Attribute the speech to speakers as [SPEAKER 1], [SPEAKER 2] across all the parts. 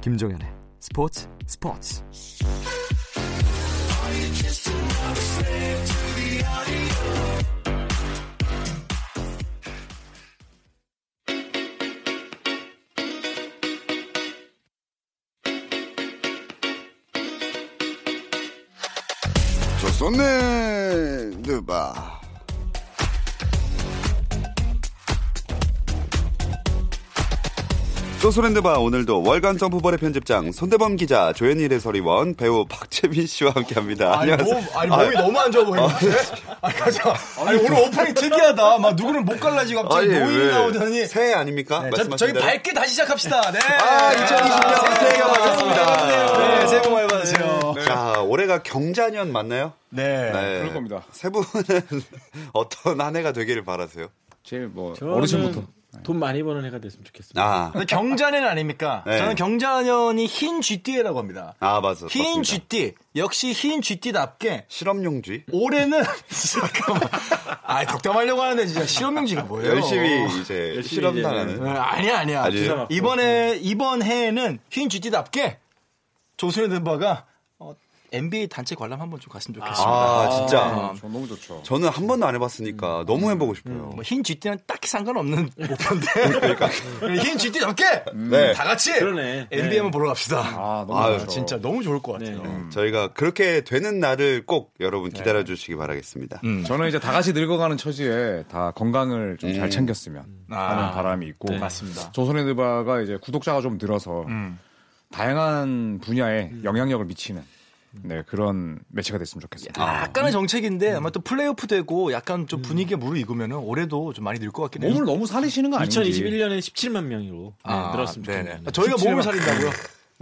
[SPEAKER 1] 김종현의 스포츠 스포츠
[SPEAKER 2] 조선의 드바
[SPEAKER 3] 조선랜드바 오늘도 월간 점프볼의 편집장 손대범 기자 조현일 해설위원 배우 박재민 씨와 함께합니다.
[SPEAKER 4] 아니,
[SPEAKER 3] 안녕하세요.
[SPEAKER 4] 몸, 아니 몸이 너무 안 좋아 보이는데? 아, 가자. 아니, 오늘 오프닝 특이하다. 막 누구는 못 갈라지 갑자기
[SPEAKER 3] 아니,
[SPEAKER 4] 노인
[SPEAKER 3] 왜?
[SPEAKER 4] 나오더니.
[SPEAKER 3] 새해 아닙니까?
[SPEAKER 4] 네, 자,
[SPEAKER 3] 말씀하신
[SPEAKER 4] 저희
[SPEAKER 3] 대로.
[SPEAKER 4] 밝게 다시 시작합시다. 네.
[SPEAKER 3] 아, 2020년 새해가 밝았습니다.
[SPEAKER 4] 네, 새해 복 많이 받으세요.
[SPEAKER 3] 자 네. 아, 올해가 경자년 맞나요?
[SPEAKER 4] 네.
[SPEAKER 3] 그럴 겁니다. 세 분은 어떤 한 해가 되기를 바라세요?
[SPEAKER 5] 제일 뭐
[SPEAKER 6] 저는 돈 많이 버는 해가 됐으면 좋겠습니다.
[SPEAKER 3] 아,
[SPEAKER 4] 근데 경자년 아닙니까?
[SPEAKER 3] 네.
[SPEAKER 4] 저는 경자년이 흰 GT라고 합니다.
[SPEAKER 3] 아 맞아.
[SPEAKER 4] 흰
[SPEAKER 3] 맞습니다.
[SPEAKER 4] GT. 역시 흰 GT답게
[SPEAKER 3] 실험용쥐.
[SPEAKER 4] 올해는 잠깐만. 아, 덕담하려고 하는데 진짜 실험용지가 뭐예요?
[SPEAKER 3] 열심히 이제
[SPEAKER 6] 열심히
[SPEAKER 3] 실험
[SPEAKER 6] 이제,
[SPEAKER 4] 네,
[SPEAKER 3] 당하는.
[SPEAKER 4] 아니야, 아니야.
[SPEAKER 3] 아니에요?
[SPEAKER 6] 주사 맞고.
[SPEAKER 4] 이번에 이번 해에는 흰 GT답게 조선의 든바가 어, NBA 단체 관람 한번 좀 갔으면 좋겠습니다.
[SPEAKER 3] 아 진짜.
[SPEAKER 5] 저 너무 좋죠.
[SPEAKER 3] 저는 한 번도 안
[SPEAKER 4] 음.
[SPEAKER 3] 해봤으니까 너무 해보고 싶어요.
[SPEAKER 4] 뭐흰 GT랑 딱히 상관없는 목표인데 흰 GT답게
[SPEAKER 3] 그러니까.
[SPEAKER 4] 음,
[SPEAKER 3] 네.
[SPEAKER 4] 다 같이
[SPEAKER 6] 그러네.
[SPEAKER 4] NBA
[SPEAKER 6] 네.
[SPEAKER 4] 한번 보러 갑시다.
[SPEAKER 5] 아, 너무
[SPEAKER 3] 아유, 음.
[SPEAKER 5] 좋죠.
[SPEAKER 4] 진짜 너무 좋을 것 같아요.
[SPEAKER 3] 저희가 그렇게 되는 날을 꼭 여러분
[SPEAKER 4] 네.
[SPEAKER 3] 기다려 주시기 바라겠습니다.
[SPEAKER 4] 음.
[SPEAKER 3] 네.
[SPEAKER 5] 저는 이제 다 같이 늙어가는 처지에 다 건강을 좀 잘 챙겼으면
[SPEAKER 4] 음. 아.
[SPEAKER 5] 하는 바람이 있고
[SPEAKER 6] 네.
[SPEAKER 4] 맞습니다. 음.
[SPEAKER 5] 조선의 드바가 이제 구독자가 좀 늘어서 다양한 분야에 영향력을 미치는
[SPEAKER 4] 음.
[SPEAKER 5] 네, 그런 매체가 됐으면 좋겠습니다.
[SPEAKER 3] 아.
[SPEAKER 4] 약간의 정책인데 아마 또 플레이오프 되고 약간 좀 분위기가 무르익으면 올해도 좀 많이 늘 것 같긴 해요.
[SPEAKER 5] 네. 몸을 너무 사리시는 거 아닌지.
[SPEAKER 6] 2021년에 17만 명으로 네, 늘었습니다.
[SPEAKER 4] 아, 네네. 저희가 몸을 살린다고요?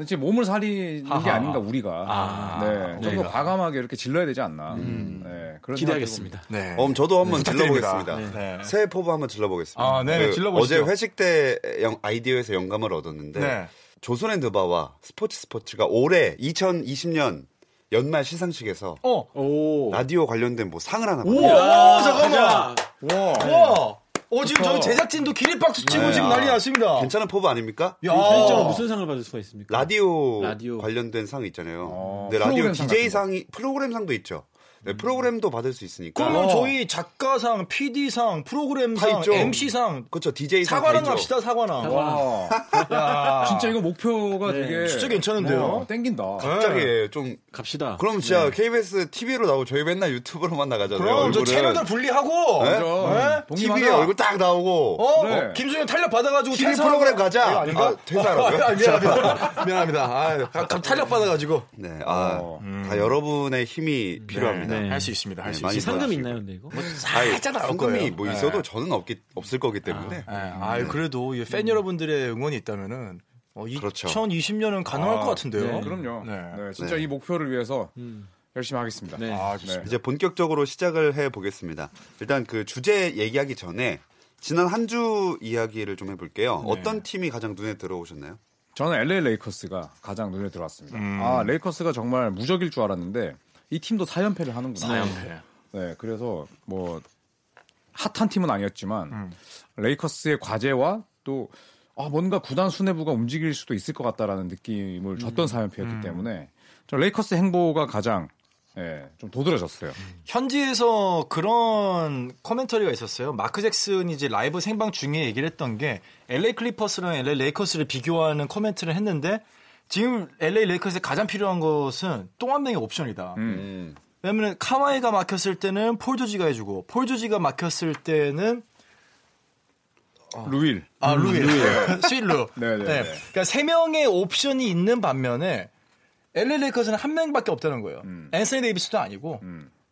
[SPEAKER 5] 이제 몸을 사리는 게
[SPEAKER 4] 하하.
[SPEAKER 5] 아닌가 우리가.
[SPEAKER 4] 아,
[SPEAKER 5] 네, 좀 더
[SPEAKER 4] 우리가. 음.
[SPEAKER 5] 과감하게 이렇게 질러야 되지 않나. 네, 그런
[SPEAKER 6] 기대하겠습니다.
[SPEAKER 4] 네.
[SPEAKER 3] 어, 그럼 저도 한번
[SPEAKER 4] 부탁드립니다.
[SPEAKER 3] 질러보겠습니다.
[SPEAKER 4] 네.
[SPEAKER 3] 새해 포부 한번 질러보겠습니다. 그
[SPEAKER 4] 아, 네네, 질러보시죠.
[SPEAKER 3] 어제 회식 때 영- 아이디어에서 영감을 얻었는데
[SPEAKER 4] 네.
[SPEAKER 3] 조선앤드바와 스포츠 스포츠가 올해 2020년 연말 시상식에서
[SPEAKER 4] 어.
[SPEAKER 6] 오.
[SPEAKER 3] 라디오 관련된 뭐 상을 하나
[SPEAKER 4] 오,
[SPEAKER 3] 받았어요.
[SPEAKER 4] 잠깐만.
[SPEAKER 5] 생각- 와.
[SPEAKER 4] 와. 어, 지금 저희 제작진도 기립박수 치고
[SPEAKER 3] 네,
[SPEAKER 4] 지금
[SPEAKER 3] 아,
[SPEAKER 4] 난리 났습니다.
[SPEAKER 3] 괜찮은 포부 아닙니까?
[SPEAKER 4] 야.
[SPEAKER 6] 편집자가 네, 무슨 상을 받을 수가 있습니까?
[SPEAKER 3] 라디오,
[SPEAKER 6] 라디오.
[SPEAKER 3] 관련된 상 있잖아요.
[SPEAKER 5] 어,
[SPEAKER 3] 근데 라디오
[SPEAKER 5] 프로그램 상
[SPEAKER 3] DJ
[SPEAKER 5] 같은 거.
[SPEAKER 3] 상이 프로그램 상도 있죠. 네, 프로그램도 받을 수 있으니까.
[SPEAKER 4] 음. 그러면 저희 작가상, PD상,
[SPEAKER 3] 다
[SPEAKER 4] 프로그램상,
[SPEAKER 3] 있죠.
[SPEAKER 4] MC상,
[SPEAKER 3] 그렇죠. DJ 상
[SPEAKER 4] 사과랑
[SPEAKER 3] 다 있죠.
[SPEAKER 4] 갑시다, 사과랑.
[SPEAKER 5] 와.
[SPEAKER 4] 야.
[SPEAKER 5] 진짜 이거 목표가 되게
[SPEAKER 4] 네. 진짜 괜찮은데요?
[SPEAKER 5] 어, 땡긴다.
[SPEAKER 4] 네.
[SPEAKER 3] 갑자기 좀
[SPEAKER 6] 갑시다.
[SPEAKER 3] 그럼 진짜 KBS TV로 나오고 저희 맨날 유튜브로만 나가잖아요.
[SPEAKER 4] 그럼 저
[SPEAKER 3] 얼굴은.
[SPEAKER 4] 채널들 분리하고,
[SPEAKER 3] 네?
[SPEAKER 5] 맞아.
[SPEAKER 3] TV에
[SPEAKER 5] 독립하자.
[SPEAKER 3] 얼굴 딱 나오고
[SPEAKER 4] 어?
[SPEAKER 5] 그래.
[SPEAKER 4] 어? 김준영 탄력 받아가지고
[SPEAKER 3] TV
[SPEAKER 4] 퇴사하고-
[SPEAKER 3] 프로그램 가자.
[SPEAKER 4] 이거 아닌가?
[SPEAKER 3] 아, 퇴사라고요?
[SPEAKER 4] 아, 미안합니다. 미안합니다. 아, 가- 가- 탄력 받아가지고
[SPEAKER 3] 네, 아,
[SPEAKER 5] 어.
[SPEAKER 4] 음.
[SPEAKER 3] 다 여러분의 힘이 필요합니다.
[SPEAKER 6] 네.
[SPEAKER 4] 할 수 있습니다. 할 수
[SPEAKER 3] 많이
[SPEAKER 4] 있습니다.
[SPEAKER 6] 상금
[SPEAKER 3] 받아가지고.
[SPEAKER 6] 있나요, 근데 이거?
[SPEAKER 3] 아니,
[SPEAKER 4] 살짝 나올
[SPEAKER 3] 상금이
[SPEAKER 4] 거예요.
[SPEAKER 3] 뭐 있어도 저는 없기 없을 거기 때문에
[SPEAKER 4] 예, 아유, 그래도 이팬 여러분들의 응원이 있다면은 어,
[SPEAKER 3] 그렇죠.
[SPEAKER 4] 2020년은 가능할
[SPEAKER 5] 아,
[SPEAKER 4] 것 같은데요.
[SPEAKER 5] 네, 그럼요.
[SPEAKER 4] 네.
[SPEAKER 5] 네. 진짜 이 목표를 위해서 열심히 하겠습니다.
[SPEAKER 6] 네.
[SPEAKER 5] 아, 좋습니다.
[SPEAKER 3] 이제 본격적으로 시작을 해 보겠습니다. 일단 그 주제 얘기하기 전에 지난 한 주 이야기를 좀
[SPEAKER 4] 네.
[SPEAKER 3] 해볼게요. 어떤 팀이 가장 눈에 들어오셨나요?
[SPEAKER 5] 저는 LA 레이커스가 가장 눈에 들어왔습니다.
[SPEAKER 3] 음.
[SPEAKER 5] 아, 레이커스가 정말 무적일 줄 알았는데 이 팀도 4연패를 하는구나. 4연패. 네, 그래서 뭐 핫한 팀은 아니었지만
[SPEAKER 3] 음.
[SPEAKER 5] 레이커스의 과제와 또 아, 뭔가 구단 수뇌부가 움직일 수도 있을 것 같다라는 느낌을 줬던 4연패였기 때문에 저 레이커스 행보가 가장 예, 좀 도드라졌어요.
[SPEAKER 4] 음. 현지에서 그런 커멘터리가 있었어요. 마크 잭슨이 이제 라이브 생방 중에 얘기를 했던 게 LA 클리퍼스랑 LA 레이커스를 비교하는 커멘트를 했는데 지금 LA 레이커스에 가장 필요한 것은 똥 한 명의 옵션이다.
[SPEAKER 5] 음.
[SPEAKER 3] 음,
[SPEAKER 4] 왜냐면 카와이가 막혔을 때는 폴 조지가 해주고 폴 조지가 막혔을 때는
[SPEAKER 5] 루일. 음.
[SPEAKER 4] 아 루이 스윌루.
[SPEAKER 5] 네, 네, 네.
[SPEAKER 4] 그러니까 세 명의 옵션이 있는 반면에 LA 레이커스는 한 명밖에 없다는 거예요. 앤서니 데이비스도 아니고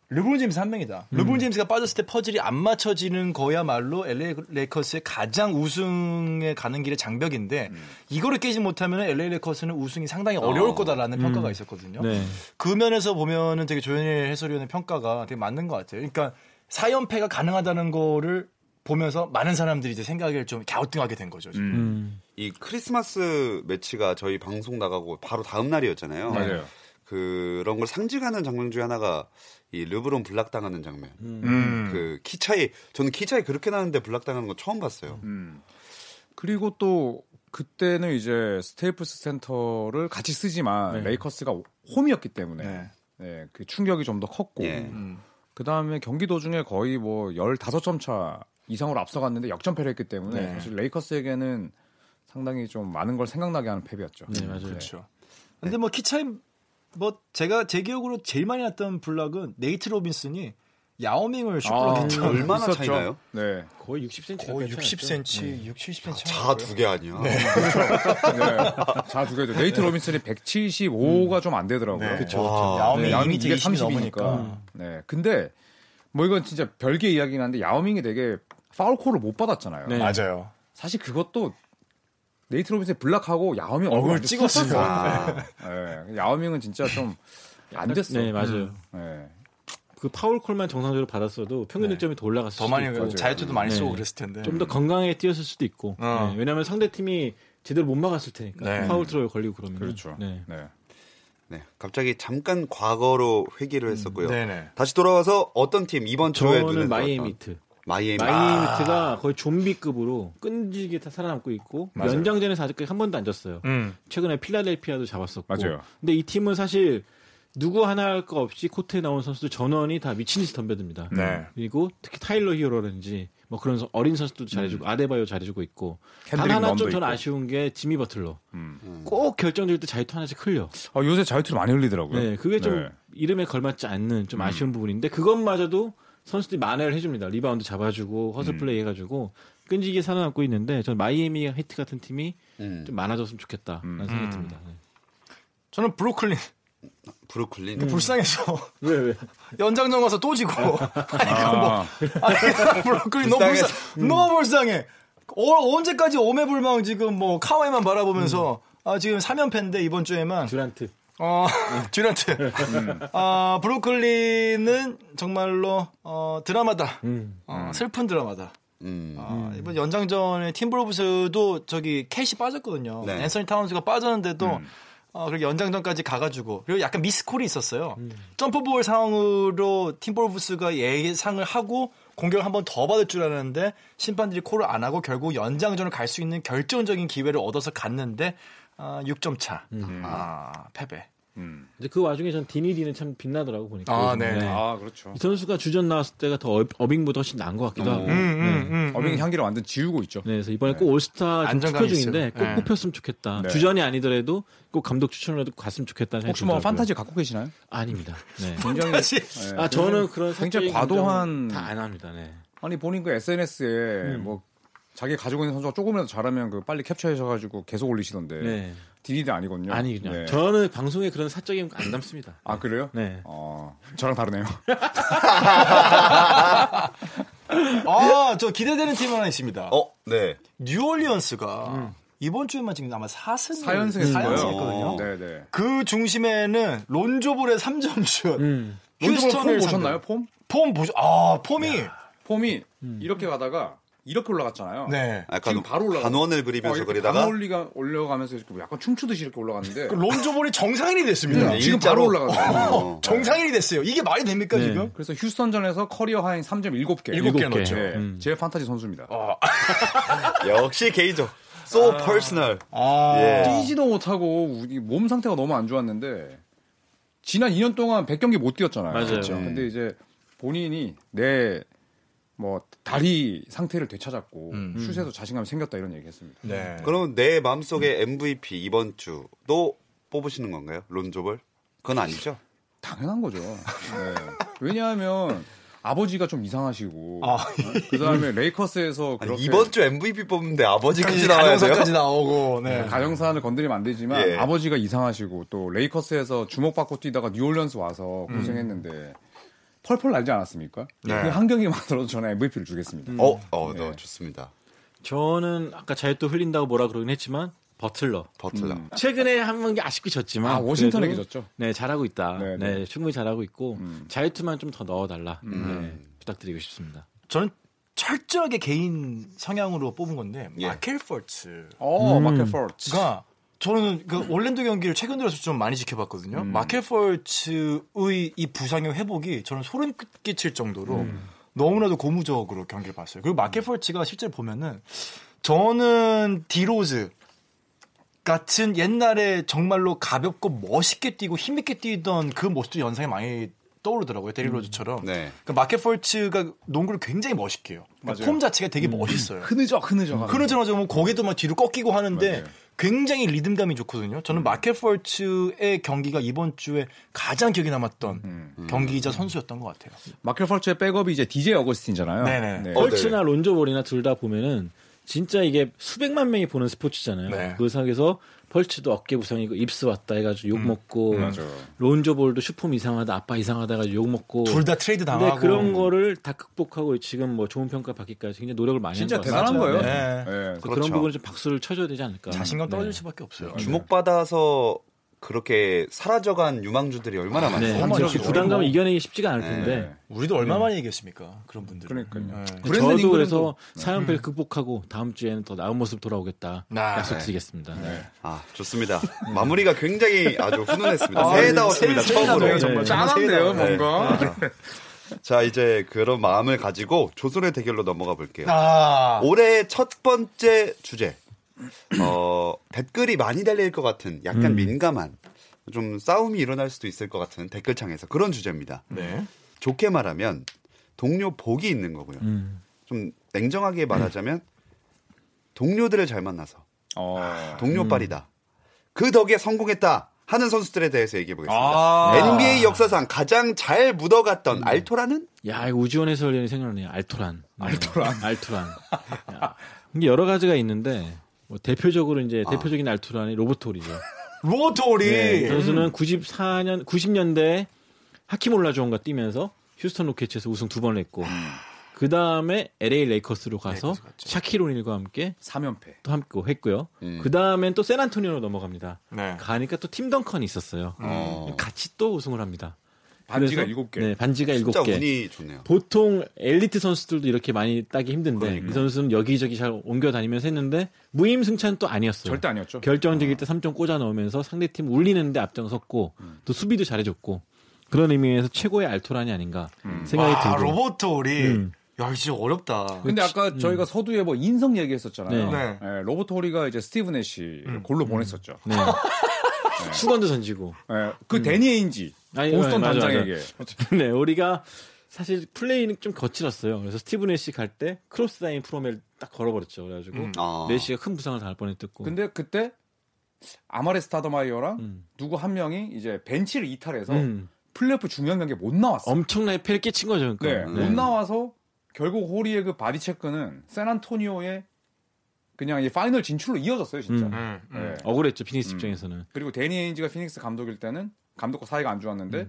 [SPEAKER 4] 르브론 제임스 한 명이다. 르브론 제임스가 빠졌을 때 퍼즐이 안 맞춰지는 거야말로 LA 레이커스의 가장 우승에 가는 길의 장벽인데 이거를 깨지 못하면 LA 레이커스는 우승이 상당히 어려울 거다라는 평가가 있었거든요.
[SPEAKER 6] 네.
[SPEAKER 4] 그 면에서 보면은 되게 조현일 해설위원의 평가가 되게 맞는 것 같아요. 그러니까 4연패가 가능하다는 거를 보면서 많은 사람들이 이제 생각을 좀 갸우뚱하게 된 거죠. 지금.
[SPEAKER 6] 음.
[SPEAKER 3] 이 크리스마스 매치가 저희 방송 나가고 바로 다음 날이었잖아요.
[SPEAKER 5] 맞아요.
[SPEAKER 3] 그런 걸 상징하는 장면 중에 하나가 이 르브론 블락 당하는 장면.
[SPEAKER 5] 음.
[SPEAKER 3] 그 키 차이 저는 키 차이 그렇게 나는데 블락 당하는 거 처음 봤어요.
[SPEAKER 5] 음. 그리고 또 그때는 이제 스테이플스 센터를 같이 쓰지만
[SPEAKER 6] 네.
[SPEAKER 5] 레이커스가 홈이었기 때문에
[SPEAKER 4] 네.
[SPEAKER 5] 네, 그 충격이 좀 더 컸고
[SPEAKER 3] 예.
[SPEAKER 4] 음.
[SPEAKER 5] 그 다음에 경기 도중에 거의 뭐 15점 차 이상으로 앞서갔는데 역전패를 했기 때문에
[SPEAKER 4] 네.
[SPEAKER 5] 사실 레이커스에게는 상당히 좀 많은 걸 생각나게 하는 패배였죠.
[SPEAKER 6] 네, 맞아요.
[SPEAKER 4] 그렇죠. 근데 뭐 키차이 뭐 제가 제 기억으로 제일 많이 났던 블락은 네이트 로빈슨이 야오밍을 슈퍼로
[SPEAKER 5] 아,
[SPEAKER 4] 했죠.
[SPEAKER 3] 얼마나
[SPEAKER 5] 있었죠.
[SPEAKER 3] 차이나요?
[SPEAKER 5] 네.
[SPEAKER 6] 거의 60cm.
[SPEAKER 4] 거의 60cm, 6, 70cm.
[SPEAKER 3] 자 두 개 아니야.
[SPEAKER 5] 네. 자, 두 개죠. 네이트 로빈슨이 175가 좀 안 되더라고요.
[SPEAKER 4] 네.
[SPEAKER 3] 그쵸. 와.
[SPEAKER 4] 야오밍
[SPEAKER 5] 야오밍
[SPEAKER 4] 이미
[SPEAKER 5] 이게
[SPEAKER 4] 30
[SPEAKER 5] 30이니까.
[SPEAKER 4] 넘으니까.
[SPEAKER 5] 네. 근데 뭐 이건 진짜 별개 이야기긴 한데 야오밍이 되게 파울 콜을 못 받았잖아요.
[SPEAKER 6] 네.
[SPEAKER 4] 맞아요.
[SPEAKER 5] 사실 그것도 네이트 로빈슨 블락하고 야오밍
[SPEAKER 4] 얼굴
[SPEAKER 5] 완전
[SPEAKER 4] 찍었어요.
[SPEAKER 5] 쳤었어.
[SPEAKER 3] 아,
[SPEAKER 5] 네. 야오밍은 진짜 좀 안 됐어.
[SPEAKER 6] 네, 맞아요.
[SPEAKER 5] 네.
[SPEAKER 6] 그 파울콜만 정상적으로 받았어도 평균 득점이 더 올라갔을
[SPEAKER 4] 더
[SPEAKER 6] 수도
[SPEAKER 4] 많이
[SPEAKER 6] 있고
[SPEAKER 4] 자유투도 많이
[SPEAKER 6] 네.
[SPEAKER 4] 쏘고 그랬을 텐데.
[SPEAKER 6] 좀 더 건강하게 뛰었을 수도 있고
[SPEAKER 4] 어.
[SPEAKER 6] 네, 왜냐하면 상대팀이 제대로 못 막았을 테니까
[SPEAKER 4] 네.
[SPEAKER 6] 파울 트로에 걸리고 그러면
[SPEAKER 5] 그렇죠.
[SPEAKER 6] 네.
[SPEAKER 5] 네.
[SPEAKER 3] 네. 갑자기 잠깐 과거로 회귀를 했었고요.
[SPEAKER 4] 음. 네네.
[SPEAKER 3] 다시 돌아와서 어떤 팀 이번 주에 눈에
[SPEAKER 6] 저는
[SPEAKER 3] 들었던?
[SPEAKER 6] 마이애미트
[SPEAKER 3] 마이애미. 아,
[SPEAKER 6] 마이애미트가 거의 좀비급으로 끈질기게 다 살아남고 있고
[SPEAKER 5] 맞아요.
[SPEAKER 6] 연장전에서 아직까지 한 번도 안 졌어요
[SPEAKER 4] 음.
[SPEAKER 6] 최근에 필라델피아도 잡았었고
[SPEAKER 5] 맞아요.
[SPEAKER 6] 근데 이 팀은 사실 누구 하나 할 거 없이 코트에 나온 선수들 전원이 다 미친 듯이 덤벼듭니다
[SPEAKER 5] 음.
[SPEAKER 4] 네.
[SPEAKER 6] 그리고 특히 타일러 히어로라든지 뭐 그런 선- 어린 선수도 잘해주고 아데바요 잘해주고 있고 단
[SPEAKER 5] 켄드릭
[SPEAKER 6] 하나
[SPEAKER 5] 럼도
[SPEAKER 6] 좀 저는
[SPEAKER 5] 음. 있고.
[SPEAKER 6] 아쉬운 게 지미 버틀러
[SPEAKER 5] 음.
[SPEAKER 6] 꼭 결정될 때 자유투 하나씩 흘려
[SPEAKER 5] 아, 요새 자유투를 많이 흘리더라고요.
[SPEAKER 6] 네 그게 좀
[SPEAKER 5] 네. 음.
[SPEAKER 6] 이름에 걸맞지 않는 좀 아쉬운 부분인데 그것마저도 선수들이 만회를 해줍니다 리바운드 잡아주고
[SPEAKER 5] 음.
[SPEAKER 6] 허슬 플레이 해가지고 끈질기게 살아남고 있는데 전 마이애미 히트 같은 팀이
[SPEAKER 3] 음.
[SPEAKER 6] 좀 많아졌으면 좋겠다라는
[SPEAKER 5] 음.
[SPEAKER 6] 생각이 듭니다 네.
[SPEAKER 4] 저는 브루클린
[SPEAKER 3] 브루클린.
[SPEAKER 4] 음. 불쌍해서
[SPEAKER 6] 왜 왜?
[SPEAKER 4] 연장전 가서 또 지고
[SPEAKER 5] 아,
[SPEAKER 4] 아니, 브로콜리 너무
[SPEAKER 3] 음. 불쌍해.
[SPEAKER 4] 불쌍해. 너무 불쌍해. 어, 언제까지 오매불망 지금 뭐 카와이만 바라보면서
[SPEAKER 3] 음.
[SPEAKER 4] 아, 지금 3연패인데 이번 주에만
[SPEAKER 6] 듀란트
[SPEAKER 4] 어, 듀란트.
[SPEAKER 3] 음.
[SPEAKER 4] 아, 브로콜리는 정말로 어, 드라마다.
[SPEAKER 6] 음.
[SPEAKER 4] 어, 슬픈 드라마다.
[SPEAKER 3] 음.
[SPEAKER 4] 아, 이번 연장전에 팀브로브스도 저기 캣이 빠졌거든요.
[SPEAKER 3] 네.
[SPEAKER 4] 앤서니 타운스가 빠졌는데도 어, 그리고 연장전까지 가가지고 그리고 약간 미스콜이 있었어요. 점프볼 상황으로 팀브로브스가 예상을 하고 공격을 한 번 더 받을 줄 알았는데 심판들이 콜을 안 하고 결국 연장전을 갈 수 있는 결정적인 기회를 얻어서 갔는데 아, 6점 차 아, 패배.
[SPEAKER 5] 음.
[SPEAKER 6] 이제 그 와중에 전 디니디는 참 빛나더라고 보니까
[SPEAKER 4] 아, 네.
[SPEAKER 5] 아, 그렇죠.
[SPEAKER 6] 이 선수가 주전 나왔을 때가 더 어- 어빙보다 훨씬 나은 것 같기도 하고
[SPEAKER 4] 음, 음, 음.
[SPEAKER 5] 어빙 향기를 완전 지우고 있죠.
[SPEAKER 6] 네, 그래서 이번에 꼭 올스타 지금
[SPEAKER 4] 안정감이
[SPEAKER 6] 투표 중인데
[SPEAKER 4] 있어요.
[SPEAKER 6] 꼭
[SPEAKER 4] 네.
[SPEAKER 6] 뽑혔으면 좋겠다.
[SPEAKER 5] 네.
[SPEAKER 6] 주전이 아니더라도 꼭 감독 추천으로도 갔으면 좋겠다는
[SPEAKER 5] 혹시
[SPEAKER 6] 생각이
[SPEAKER 5] 뭐
[SPEAKER 6] 들더라고요.
[SPEAKER 5] 판타지 갖고 계시나요?
[SPEAKER 6] 아닙니다. 네.
[SPEAKER 5] 굉장히
[SPEAKER 4] 다시.
[SPEAKER 5] 네.
[SPEAKER 6] 아 저는 그런
[SPEAKER 5] 굉장히
[SPEAKER 6] 사적인
[SPEAKER 5] 과도한-
[SPEAKER 6] 감정은 다안 합니다. 네.
[SPEAKER 5] 아니 본인 그 SNS에 뭐 자기 가지고 있는 선수가 조금이라도 잘하면 그 빨리 캡처하셔가지고 계속 올리시던데
[SPEAKER 6] 네.
[SPEAKER 5] 디디드 아니거든요.
[SPEAKER 6] 아니 그냥
[SPEAKER 5] 네.
[SPEAKER 6] 저는 방송에 그런 사적인 거 안 담습니다.
[SPEAKER 5] 아 그래요?
[SPEAKER 6] 네.
[SPEAKER 5] 어 저랑 다르네요.
[SPEAKER 4] 아, 저 기대되는 팀 하나 있습니다.
[SPEAKER 3] 어, 네.
[SPEAKER 4] 뉴올리언스가 이번 주에만 지금 아마 4승
[SPEAKER 5] 사연승했을
[SPEAKER 3] 사연승
[SPEAKER 5] 거예요.
[SPEAKER 3] 했거든요.
[SPEAKER 5] 네네.
[SPEAKER 4] 그 중심에는 론조볼의 3점슛.
[SPEAKER 6] 음.
[SPEAKER 5] 론조볼 폼
[SPEAKER 4] 휴스턴을 상대로.
[SPEAKER 5] 보셨나요? 폼?
[SPEAKER 4] 폼 보셔. 아, 폼이
[SPEAKER 5] 폼이 이렇게 가다가 이렇게 올라갔잖아요.
[SPEAKER 4] 네.
[SPEAKER 3] 약간
[SPEAKER 5] 지금 바로 올라가.
[SPEAKER 3] 단원을
[SPEAKER 5] 어,
[SPEAKER 3] 그리면서
[SPEAKER 5] 이렇게
[SPEAKER 3] 그리다가
[SPEAKER 5] 올리가 올려가면서 이렇게 뭐 약간 춤추듯이 이렇게 올라갔는데
[SPEAKER 4] 그 론조볼이 정상인이 됐습니다.
[SPEAKER 5] 네, 지금
[SPEAKER 3] 일자로-
[SPEAKER 5] 바로 올라가요.
[SPEAKER 3] 어.
[SPEAKER 4] 정상인이 됐어요. 이게 말이 됩니까,
[SPEAKER 6] 네.
[SPEAKER 4] 지금?
[SPEAKER 5] 그래서 휴스턴전에서 커리어 하인 3점 7개.
[SPEAKER 4] 일곱 개 넣었죠.
[SPEAKER 5] 네,
[SPEAKER 6] 음.
[SPEAKER 5] 제 판타지 선수입니다.
[SPEAKER 3] 역시 개이죠. So personal.
[SPEAKER 4] 아.
[SPEAKER 3] 예.
[SPEAKER 5] 뛰지도 못하고 우리 몸 상태가 너무 안 좋았는데 지난 2년 동안 100경기 못 뛰었잖아요.
[SPEAKER 6] 맞아요.
[SPEAKER 5] 그렇죠? 근데 이제 본인이 내 뭐 다리 상태를 되찾았고 슛에도 자신감이 생겼다 이런 얘기했습니다.
[SPEAKER 4] 네.
[SPEAKER 3] 그러면 내 마음속에 MVP 이번 주도 뽑으시는 건가요? 론조볼? 그건 아니죠.
[SPEAKER 5] 당연한 거죠. 네. 왜냐하면 아버지가 좀 이상하시고
[SPEAKER 4] 아.
[SPEAKER 5] 그 다음에 레이커스에서
[SPEAKER 3] 아니,
[SPEAKER 5] 그렇게
[SPEAKER 3] 이번 주 MVP 뽑는데 아버지까지 나와야 돼요?
[SPEAKER 4] 그 가정사까지 나오고 네.
[SPEAKER 5] 가정사안을 건드리면 안 되지만
[SPEAKER 3] 예.
[SPEAKER 5] 아버지가 이상하시고 또 레이커스에서 주목받고 뛰다가 뉴올리언스 와서 고생했는데 펄펄 날지 않았습니까?
[SPEAKER 3] 네.
[SPEAKER 5] 그 한경이 만들어도 저는 MVP를 주겠습니다.
[SPEAKER 3] 어, 어, 너 좋습니다.
[SPEAKER 6] 저는 아까 자유도 흘린다고 뭐라 그러긴 했지만 버틀러.
[SPEAKER 3] 버틀러.
[SPEAKER 6] 음. 최근에 한 경기 아쉽게 졌지만
[SPEAKER 5] 아, 워싱턴에게
[SPEAKER 6] 그래도
[SPEAKER 5] 졌죠?
[SPEAKER 6] 네 잘하고 있다.
[SPEAKER 5] 네,
[SPEAKER 6] 네,
[SPEAKER 5] 네.
[SPEAKER 6] 충분히 잘하고 있고 자유투만 좀 더 넣어달라 네, 부탁드리고 싶습니다.
[SPEAKER 4] 저는 철저하게 개인 성향으로 뽑은 건데
[SPEAKER 3] 예.
[SPEAKER 4] 마켈 포츠
[SPEAKER 5] 어, 마켓 포츠.
[SPEAKER 4] 가 저는 그 올랜도 경기를 최근 들어서 좀 많이 지켜봤거든요.
[SPEAKER 5] 음.
[SPEAKER 4] 마켈 폴츠의 이 부상의 회복이 저는 소름 끼칠 정도로
[SPEAKER 5] 음.
[SPEAKER 4] 너무나도 고무적으로 경기를 봤어요. 그리고 마켈 폴츠가 실제로 보면은 저는 디로즈 같은 옛날에 정말로 가볍고 멋있게 뛰고 힘있게 뛰던 그 모습도 연상이 많이 떠오르더라고요. 데리로즈처럼.
[SPEAKER 5] 음.
[SPEAKER 3] 네.
[SPEAKER 4] 그 마켓 폴츠가 농구를 굉장히 멋있게 해요. 그러니까
[SPEAKER 5] 맞아요. 음.
[SPEAKER 4] 폼 자체가 되게 멋있어요.
[SPEAKER 5] 흐느적 흐느적.
[SPEAKER 4] 그러자마자 뭐 고개도 막 뒤로 꺾이고 하는데
[SPEAKER 5] 맞아요.
[SPEAKER 4] 굉장히 리듬감이 좋거든요. 저는 마켓 폴츠의 경기가 이번 주에 가장 기억에 남았던 경기이자 선수였던 것 같아요.
[SPEAKER 5] 마켓 포츠의 백업이 이제 DJ 어거스틴잖아요.
[SPEAKER 4] 네네.
[SPEAKER 5] 네.
[SPEAKER 3] 어,
[SPEAKER 6] 펄츠나 론조볼이나 둘 다 보면은 진짜 이게 수백만 명이 보는 스포츠잖아요.
[SPEAKER 4] 네.
[SPEAKER 6] 그 상에서 펄츠도 어깨 부상이고 입스 왔다 해가지고 욕 먹고
[SPEAKER 5] 음. 맞아요.
[SPEAKER 6] 론조볼도 슈폼 이상하다 아빠 이상하다 해가지고 욕 먹고
[SPEAKER 4] 둘 다 트레이드
[SPEAKER 6] 근데
[SPEAKER 4] 당하고
[SPEAKER 6] 그런 거를 다 극복하고 지금 뭐 좋은 평가 받기까지 굉장히 노력을 많이
[SPEAKER 5] 진짜
[SPEAKER 6] 한것
[SPEAKER 5] 대단한
[SPEAKER 6] 같습니다.
[SPEAKER 5] 거예요.
[SPEAKER 4] 네.
[SPEAKER 5] 네.
[SPEAKER 6] 그래서 그런
[SPEAKER 3] 그렇죠.
[SPEAKER 6] 부분을 좀 박수를 쳐줘야 되지 않을까.
[SPEAKER 4] 자신감
[SPEAKER 6] 네.
[SPEAKER 4] 떨어질 수밖에 없어요.
[SPEAKER 3] 주목받아서 그렇게 사라져간 유망주들이 얼마나 많아요.
[SPEAKER 6] 네,
[SPEAKER 4] 어머나,
[SPEAKER 6] 역시
[SPEAKER 4] 저거.
[SPEAKER 6] 부담감을 이겨내기 쉽지가 않을 텐데.
[SPEAKER 5] 네.
[SPEAKER 4] 우리도 얼마만에 얘기했습니까? 그런 분들.
[SPEAKER 5] 그러니까요.
[SPEAKER 4] 네.
[SPEAKER 5] 브랜든
[SPEAKER 6] 저도
[SPEAKER 5] 잉그램도-
[SPEAKER 6] 그래서 사연패를 극복하고 다음 주에는 더 나은 모습 돌아오겠다
[SPEAKER 4] 아,
[SPEAKER 6] 약속드리겠습니다. 네.
[SPEAKER 3] 아, 좋습니다. 마무리가 굉장히 아주 훈훈했습니다. 새해다웠습니다.
[SPEAKER 4] 새해- 새해다워요,
[SPEAKER 3] 처음으로.
[SPEAKER 6] 네. 정말.
[SPEAKER 5] 짠한데요 뭔가.
[SPEAKER 3] 자, 이제 그런 마음을 가지고 조선의 대결로 넘어가 볼게요.
[SPEAKER 4] 아,
[SPEAKER 3] 올해 첫 번째 주제. 어, 댓글이 많이 달릴 것 같은 약간
[SPEAKER 6] 음.
[SPEAKER 3] 민감한 좀 싸움이 일어날 수도 있을 것 같은 댓글창에서 그런 주제입니다.
[SPEAKER 4] 네.
[SPEAKER 3] 좋게 말하면 동료 복이 있는 거고요.
[SPEAKER 6] 음.
[SPEAKER 3] 좀 냉정하게 말하자면 동료들을 잘 만나서 아,
[SPEAKER 5] 어.
[SPEAKER 6] 음.
[SPEAKER 3] 동료빨이다. 그 덕에 성공했다 하는 선수들에 대해서 얘기해 보겠습니다.
[SPEAKER 5] 아.
[SPEAKER 3] NBA 역사상 가장 잘 묻어갔던
[SPEAKER 6] 음.
[SPEAKER 3] 알토라는
[SPEAKER 6] 야, 이거 우지원 해설위원이 생각나네요. 알토란. 알토란. 알토란. 야, 이게 여러 가지가 있는데 뭐 대표적으로 이제 대표적인 알토란이 로보톨이죠.
[SPEAKER 4] 로토리.
[SPEAKER 6] 네, 선수는 94년, 90년대 하킴 올라주온과 뛰면서 휴스턴 로켓츠에서 우승 두 번 했고 그 다음에 LA 레이커스로 가서 샤킬 오닐과 함께
[SPEAKER 5] 3연패.
[SPEAKER 6] 또 함께 했고요. 그 다음엔 또 샌안토니오로 넘어갑니다.
[SPEAKER 4] 네.
[SPEAKER 6] 가니까 또 팀 덩컨이 있었어요.
[SPEAKER 3] 어,
[SPEAKER 6] 같이 또 우승을 합니다.
[SPEAKER 5] 반지가
[SPEAKER 6] 그래서-
[SPEAKER 5] 일곱 개.
[SPEAKER 6] 네, 반지가 일곱
[SPEAKER 3] 진짜
[SPEAKER 6] 개.
[SPEAKER 3] 운이 좋네요.
[SPEAKER 6] 보통 엘리트 선수들도 이렇게 많이 따기 힘든데 이 선수는 여기저기 잘 옮겨 다니면서 했는데 무임승차는 또 아니었어요.
[SPEAKER 5] 절대 아니었죠.
[SPEAKER 6] 결정적일 때 3점 꽂아 넣으면서 상대팀 울리는데 앞장섰고 또 수비도 잘해줬고 그런 의미에서 최고의 알토란이 아닌가 생각이
[SPEAKER 4] 아,
[SPEAKER 6] 들고
[SPEAKER 4] 로보토리. 야, 진짜 어렵다.
[SPEAKER 5] 근데 아까
[SPEAKER 6] 음.
[SPEAKER 5] 저희가 서두에 뭐 인성 얘기했었잖아요.
[SPEAKER 4] 네.
[SPEAKER 5] 예, 로버트 호리가 이제 스티븐 애쉬를 골로 보냈었죠.
[SPEAKER 6] 네. 수건도 던지고
[SPEAKER 5] 예, 그 데니 에인지
[SPEAKER 6] 음. 아니,
[SPEAKER 5] 보스턴
[SPEAKER 6] 맞아, 맞아.
[SPEAKER 5] 단장에게
[SPEAKER 6] 네, 우리가 사실 플레이는 좀 거칠었어요. 그래서 스티븐 애쉬 갈 때 크로스 다인 프로멜 딱 걸어버렸죠. 그래가지고
[SPEAKER 3] 아.
[SPEAKER 6] 네 내시가 큰 부상을 당할 뻔했고.
[SPEAKER 5] 근데 그때 아마레 스타더마이어랑 누구 한 명이 이제 벤치를 이탈해서
[SPEAKER 6] 음.
[SPEAKER 5] 플레이오프 중요한 경기에 못 나왔어요.
[SPEAKER 6] 엄청나게 패를 끼친 거죠.
[SPEAKER 5] 네,
[SPEAKER 6] 그러니까.
[SPEAKER 5] 못 나와서 결국 호리의 그 바디 체크는 샌안토니오의 그냥 이 파이널 진출로 이어졌어요, 진짜.
[SPEAKER 6] 음.
[SPEAKER 4] 음, 음.
[SPEAKER 5] 예.
[SPEAKER 6] 억울했죠. 피닉스 입장에서는.
[SPEAKER 5] 그리고 데니 에인지가 피닉스 감독일 때는 감독과 사이가 안 좋았는데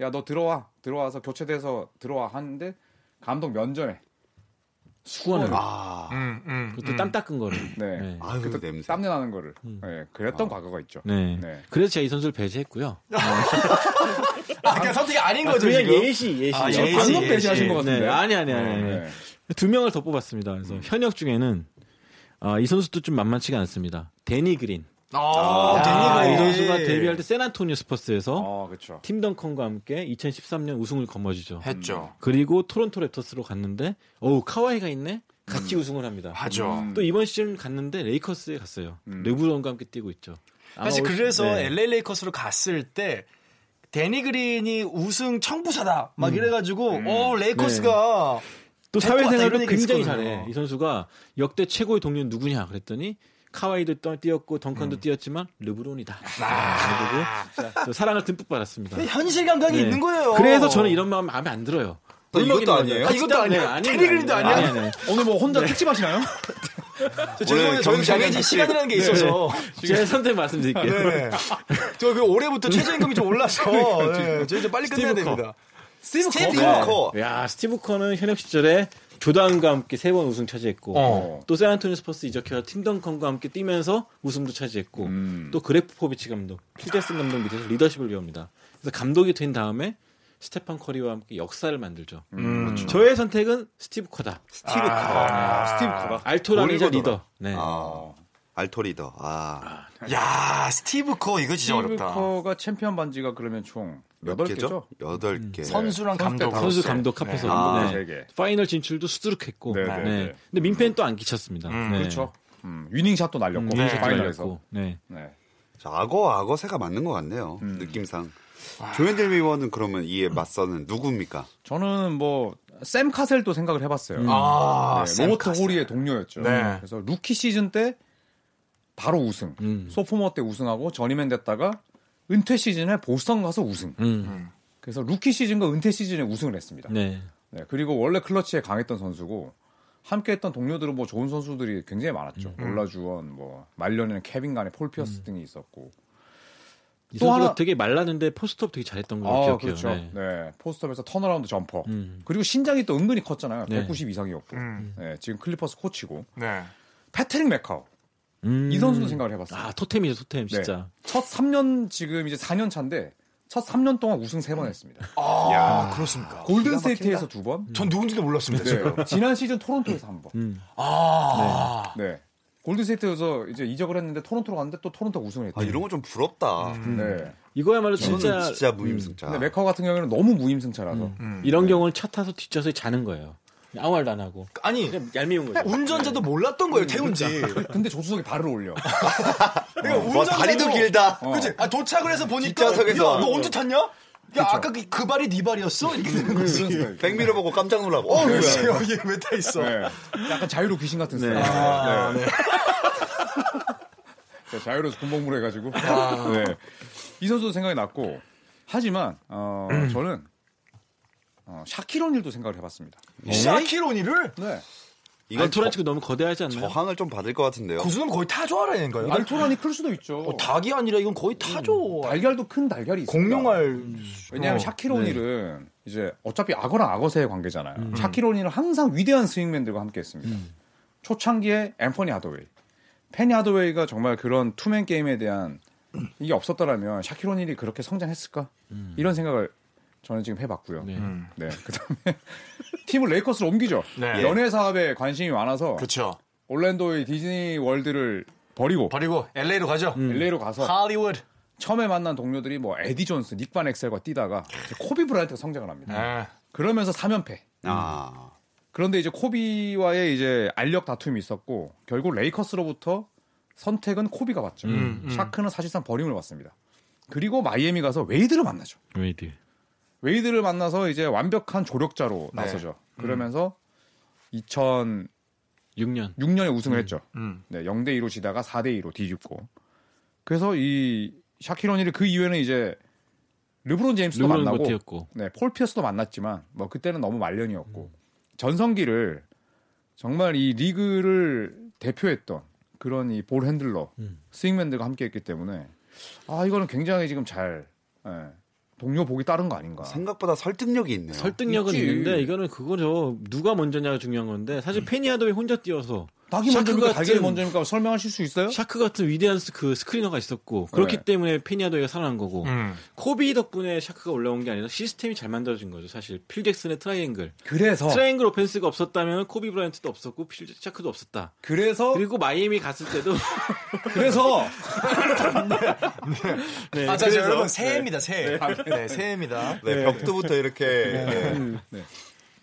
[SPEAKER 5] 야 너 들어와 들어와서 교체돼서 들어와 하는데 감독 면전에
[SPEAKER 6] 수건을.
[SPEAKER 3] 아,
[SPEAKER 4] 음, 음,
[SPEAKER 6] 그것도
[SPEAKER 4] 음.
[SPEAKER 6] 땀 닦은 거를.
[SPEAKER 5] 네,
[SPEAKER 6] 네.
[SPEAKER 3] 아유,
[SPEAKER 5] 그때
[SPEAKER 3] 냄새.
[SPEAKER 5] 땀내 나는 거를 예, 그랬던 과거가 있죠.
[SPEAKER 6] 네.
[SPEAKER 5] 네.
[SPEAKER 6] 그래서 제가 이 선수를 배제했고요.
[SPEAKER 4] 아, 그냥 선택이 아닌
[SPEAKER 5] 그러니까
[SPEAKER 4] 거죠,
[SPEAKER 6] 그냥
[SPEAKER 4] 지금.
[SPEAKER 6] 예시, 예시.
[SPEAKER 4] 아,
[SPEAKER 5] 지금
[SPEAKER 4] 예지,
[SPEAKER 5] 방금
[SPEAKER 4] 예지.
[SPEAKER 5] 배제하신 것 같은데.
[SPEAKER 6] 네, 아니, 아니, 아니. 아니.
[SPEAKER 5] 네.
[SPEAKER 6] 두 명을 더 뽑았습니다. 그래서 현역 중에는 아, 이 선수도 좀 만만치가 않습니다. 데니 그린.
[SPEAKER 4] 아, 데니
[SPEAKER 6] 이
[SPEAKER 4] 그린.
[SPEAKER 6] 선수가 데뷔할 때 샌안토니오 스퍼스에서
[SPEAKER 5] 아 그렇죠.
[SPEAKER 6] 팀 덩컨과 함께 2013년 우승을 거머쥐죠.
[SPEAKER 5] 네.
[SPEAKER 4] 했죠.
[SPEAKER 6] 그리고 토론토 랩터스로 갔는데 어우 카와이가 있네.
[SPEAKER 4] 음.
[SPEAKER 6] 같이 우승을 합니다.
[SPEAKER 4] 하죠.
[SPEAKER 6] 또 이번 시즌 갔는데 레이커스에 갔어요.
[SPEAKER 4] 음.
[SPEAKER 6] 르브론과 함께 뛰고 있죠. 아마
[SPEAKER 4] 사실
[SPEAKER 6] 올-
[SPEAKER 4] 그래서
[SPEAKER 6] 네.
[SPEAKER 4] LA 레이커스로 갔을 때 데니 그린이 우승 청부사다 막
[SPEAKER 6] 음.
[SPEAKER 4] 이래가지고 어 레이커스가
[SPEAKER 6] 또
[SPEAKER 4] 될것 같다,
[SPEAKER 6] 사회생활을
[SPEAKER 4] 이런 얘기
[SPEAKER 6] 굉장히
[SPEAKER 4] 있었거든요.
[SPEAKER 6] 잘해. 이 선수가 역대 최고의 동료 는 누구냐 그랬더니 카와이도 떠- 뛰었고
[SPEAKER 4] 음.
[SPEAKER 6] 덩컨도 뛰었지만 르브론이다.
[SPEAKER 4] 아.
[SPEAKER 6] 그리고 사랑을 듬뿍 받았습니다.
[SPEAKER 4] 현실 감각이
[SPEAKER 6] 네.
[SPEAKER 4] 그 있는 거예요.
[SPEAKER 6] 그래서 저는 이런 마음 마음에 안 들어요.
[SPEAKER 3] 또 이것도
[SPEAKER 6] 울먹이는
[SPEAKER 3] 아니에요?
[SPEAKER 6] 거예요.
[SPEAKER 4] 아, 이것도 아니에요?
[SPEAKER 6] 아니,
[SPEAKER 4] 테리 그린도 아니야?
[SPEAKER 6] 아니, 아니.
[SPEAKER 5] 오늘 뭐 혼자 특집 하시나요?
[SPEAKER 4] 저 죄송해요. 저는
[SPEAKER 3] 경쟁이
[SPEAKER 4] 장애인
[SPEAKER 3] 같이-
[SPEAKER 4] 시간이라는 게 있어서.
[SPEAKER 6] 제 선택 말씀드릴게요.
[SPEAKER 4] 네. 저그 올해부터 최저임금이 좀 올라서 네. 저희 이제 빨리 끝내야
[SPEAKER 6] 스티브 커.
[SPEAKER 4] 됩니다. 스티브,
[SPEAKER 3] 커.
[SPEAKER 6] 야 스티브 커는 현역 시절에 조던과 함께 세 번 우승 차지했고
[SPEAKER 4] 어.
[SPEAKER 6] 또 샌안토니오 스퍼스 이적해서 팀 덩컨과 함께 뛰면서 우승도 차지했고
[SPEAKER 3] 음.
[SPEAKER 5] 음.
[SPEAKER 6] 또 그래프포비치 감독, 필데슨 감독 밑에서 리더십을 배웁니다. 그래서 감독이 된 다음에 스테판 커리와 함께 역사를 만들죠. 저의 선택은 스티브 커다.
[SPEAKER 3] 음, 그렇죠.
[SPEAKER 5] 아,
[SPEAKER 3] 스티브 커. 스티브 커가.
[SPEAKER 6] 알토라미자
[SPEAKER 3] 몰리거더라.
[SPEAKER 6] 리더. 네.
[SPEAKER 3] 아, 알토리더. 아,
[SPEAKER 4] 야, 네. 스티브 커 이거 진짜 어렵다.
[SPEAKER 5] 커가 챔피언 반지가 그러면 총
[SPEAKER 3] 몇
[SPEAKER 5] 8개죠?
[SPEAKER 3] 개죠? 여덟 개.
[SPEAKER 4] 선수랑 감독.
[SPEAKER 6] 선수 감독 합해서
[SPEAKER 3] 아,
[SPEAKER 6] 네.
[SPEAKER 5] 세 개.
[SPEAKER 6] 파이널 진출도 수두룩했고.
[SPEAKER 5] 네, 네,
[SPEAKER 6] 네.
[SPEAKER 5] 네.
[SPEAKER 6] 근데 민폐는 또 안 끼쳤습니다. 네.
[SPEAKER 5] 그렇죠. 음, 위닝샷도 날렸고
[SPEAKER 6] 음, 네.
[SPEAKER 5] 파이널에서.
[SPEAKER 6] 네.
[SPEAKER 5] 네.
[SPEAKER 3] 자, 악어, 악어 새가 맞는 것 같네요. 느낌상. 조현일 위원은 그러면 이에 맞서는 누굽니까?
[SPEAKER 5] 저는 뭐 샘 카셀도 생각을 해봤어요.
[SPEAKER 4] 아,
[SPEAKER 5] 네,
[SPEAKER 4] 샘
[SPEAKER 5] 로버트
[SPEAKER 4] 카스.
[SPEAKER 5] 호리의 동료였죠.
[SPEAKER 4] 네.
[SPEAKER 5] 그래서 루키 시즌 때 바로 우승.
[SPEAKER 6] 음.
[SPEAKER 5] 소포머 때 우승하고 전임맨 됐다가 은퇴 시즌에 보스턴 가서 우승.
[SPEAKER 6] 음.
[SPEAKER 5] 그래서 루키 시즌과 은퇴 시즌에 우승을 했습니다.
[SPEAKER 6] 네.
[SPEAKER 5] 네, 그리고 원래 클러치에 강했던 선수고 함께했던 동료들은 뭐 좋은 선수들이 굉장히 많았죠.
[SPEAKER 6] 음.
[SPEAKER 5] 올라주원, 뭐 말년에는 케빈 간에 폴 피어스 등이 있었고
[SPEAKER 6] 이
[SPEAKER 5] 또
[SPEAKER 6] 선수가
[SPEAKER 5] 하나-
[SPEAKER 6] 되게 말랐는데 포스트업 되게 잘했던 걸로
[SPEAKER 5] 아,
[SPEAKER 6] 기억해요.
[SPEAKER 5] 그렇죠. 네.
[SPEAKER 6] 네.
[SPEAKER 5] 포스트업에서 턴어라운드 점퍼.
[SPEAKER 6] 음.
[SPEAKER 5] 그리고 신장이 또 은근히 컸잖아요.
[SPEAKER 6] 네.
[SPEAKER 5] 190 이상이었고.
[SPEAKER 4] 음.
[SPEAKER 5] 네, 지금 클리퍼스 코치고.
[SPEAKER 4] 네.
[SPEAKER 5] 패트릭 메카오.
[SPEAKER 6] 음.
[SPEAKER 5] 이 선수도 생각을 해봤어요.
[SPEAKER 6] 아, 토템이죠, 토템
[SPEAKER 5] 네.
[SPEAKER 6] 진짜.
[SPEAKER 5] 첫 3년 지금 이제 4년 차인데 첫 3년 동안 우승 3번 했습니다.
[SPEAKER 4] 아, 그렇습니까?
[SPEAKER 5] 골든 스테이트에서 2번.
[SPEAKER 4] 전 누군지도 몰랐습니다. 지금.
[SPEAKER 5] 네. 지난 시즌 토론토에서 한 번.
[SPEAKER 6] 음.
[SPEAKER 4] 아.
[SPEAKER 5] 네. 골든 스테이트에서 이제 이적을 했는데 토론토로 갔는데 또 토론토가 우승을 했죠.
[SPEAKER 3] 아, 이런 건 좀 부럽다.
[SPEAKER 5] 네.
[SPEAKER 6] 이거야말로
[SPEAKER 3] 저는
[SPEAKER 6] 진짜,
[SPEAKER 3] 진짜 음, 네. 무임승자.
[SPEAKER 5] 근데 메카오 같은 경우에는 너무 무임승차라서
[SPEAKER 6] 이런 경우는 차 타서 뒷좌석에 자는 거예요. 아무 말도 안 하고.
[SPEAKER 4] 아니,
[SPEAKER 6] 그냥 얄미운 거죠.
[SPEAKER 4] 운전자도 몰랐던 거예요, 태운지.
[SPEAKER 5] 근데 조수석에 발을 올려.
[SPEAKER 4] 그러니까
[SPEAKER 3] 와,
[SPEAKER 4] 운전자도-
[SPEAKER 3] 어, 뭐, 다리도 길다.
[SPEAKER 5] 어.
[SPEAKER 4] 그치? 아, 도착을 해서 보니까.
[SPEAKER 3] 뒷좌석에서.
[SPEAKER 4] 야, 너 언제 탔냐? 야, 아까 그, 그 발이 네 발이었어? 이렇게 되는 거지.
[SPEAKER 5] 그런 스타일.
[SPEAKER 3] 백미러 보고 깜짝 놀라고. 어, 뭐야.
[SPEAKER 4] 그래요? 얘왜 타 있어?
[SPEAKER 5] 네. 약간 자유로 귀신 같은 스타일.
[SPEAKER 4] 아,
[SPEAKER 5] 네. 네, 자유로서 군복무를 해가지고. 네. 이 선수도 생각이 났고. 하지만, 어,
[SPEAKER 4] 음.
[SPEAKER 5] 저는, 어, 샤키로닐도 생각을 해봤습니다.
[SPEAKER 4] 샤키로니를?
[SPEAKER 5] 네.
[SPEAKER 3] 이건 저,
[SPEAKER 6] 알토란치고 너무 거대하지 않나요?
[SPEAKER 3] 저항을 좀 받을 것 같은데요.
[SPEAKER 4] 고수는 그 거의 타조하라는 거예요.
[SPEAKER 5] 알토란이 클 수도 있죠.
[SPEAKER 4] 어, 닭이 아니라 이건 거의 타조.
[SPEAKER 5] 달걀도 큰 달걀이 있어요.
[SPEAKER 4] 공룡알.
[SPEAKER 5] 왜냐하면
[SPEAKER 4] 어. 네.
[SPEAKER 5] 샤키로닐은 이제 어차피 악어랑 악어새의 관계잖아요.
[SPEAKER 4] 음.
[SPEAKER 5] 샤키로닐은 항상 위대한 스윙맨들과 함께했습니다. 초창기에 앰퍼니 하더웨이, 페니 하더웨이가 정말 그런 투맨 게임에 대한
[SPEAKER 4] 음.
[SPEAKER 5] 이게 없었더라면 샤키로닐이 그렇게 성장했을까? 이런 생각을 저는 지금 해봤고요.
[SPEAKER 6] 네.
[SPEAKER 5] 네. 그다음에 팀을 레이커스로 옮기죠.
[SPEAKER 4] 네.
[SPEAKER 5] 연예 사업에 관심이 많아서
[SPEAKER 4] 그렇죠.
[SPEAKER 5] 올랜도의 디즈니 월드를 버리고
[SPEAKER 4] 버리고 LA로 가죠.
[SPEAKER 5] LA로 가서
[SPEAKER 4] 할리우드.
[SPEAKER 5] 처음에 만난 동료들이 뭐 에디 존스, 닉반 엑셀과 뛰다가 이제 코비 브라이트가 성장을 합니다.
[SPEAKER 4] 네.
[SPEAKER 5] 그러면서 3연패.
[SPEAKER 3] 아.
[SPEAKER 5] 그런데 이제 코비와의 이제 알력 다툼이 있었고 결국 레이커스로부터 선택은 코비가 받죠. 샤크는 사실상 버림을 받습니다. 그리고 마이애미 가서 웨이드를 만나죠.
[SPEAKER 6] 웨이드.
[SPEAKER 5] 웨이드를 만나서 이제 완벽한 조력자로 나서죠. 그러면서 2006년에
[SPEAKER 6] 6년.
[SPEAKER 5] 우승을 했죠.
[SPEAKER 4] 음.
[SPEAKER 5] 네, 0대 2로 지다가 4대 2로 뒤집고. 그래서 이 샤키로니를 그 이후에는 이제 르브론 제임스도
[SPEAKER 6] 누구는
[SPEAKER 5] 만나고
[SPEAKER 6] 못했고.
[SPEAKER 5] 네, 폴 피어스도 만났지만 뭐 그때는 너무 말년이었고 전성기를 정말 이 리그를 대표했던 그런 이 볼 핸들러
[SPEAKER 6] 음.
[SPEAKER 5] 스윙맨들과 함께했기 때문에 아 이거는 굉장히 지금 잘 예, 동료 보기 따른 거 아닌가.
[SPEAKER 3] 생각보다 설득력이 있네요.
[SPEAKER 6] 설득력은
[SPEAKER 5] 있지.
[SPEAKER 6] 있는데 이거는 그거죠. 누가 먼저냐가 중요한 건데
[SPEAKER 5] 음.
[SPEAKER 6] 사실 페니아도에 혼자 뛰어서
[SPEAKER 5] 닭이 먼저입니까? 그
[SPEAKER 6] 같은-
[SPEAKER 5] 달걀이 먼저입니까? 설명하실 수 있어요?
[SPEAKER 6] 샤크 같은 위대한 스- 그 스크리너가 있었고 그렇기
[SPEAKER 5] 네.
[SPEAKER 6] 때문에 페니아도가 살아난 거고 코비 덕분에 샤크가 올라온 게 아니라 시스템이 잘 만들어진 거죠. 사실 필 잭슨의 트라이앵글.
[SPEAKER 5] 그래서
[SPEAKER 6] 트라이앵글 오펜스가 없었다면 코비 브라이언트도 없었고 필 샤크도 없었다.
[SPEAKER 5] 그래서
[SPEAKER 6] 그리고 마이애미 갔을 때도
[SPEAKER 5] 그래서
[SPEAKER 6] 네,
[SPEAKER 4] 아, 자,
[SPEAKER 6] 그래서-
[SPEAKER 4] 자, 여러분, 새해입니다, 새해. 네, 새해입니다.
[SPEAKER 3] 네, 벽두부터 이렇게 네.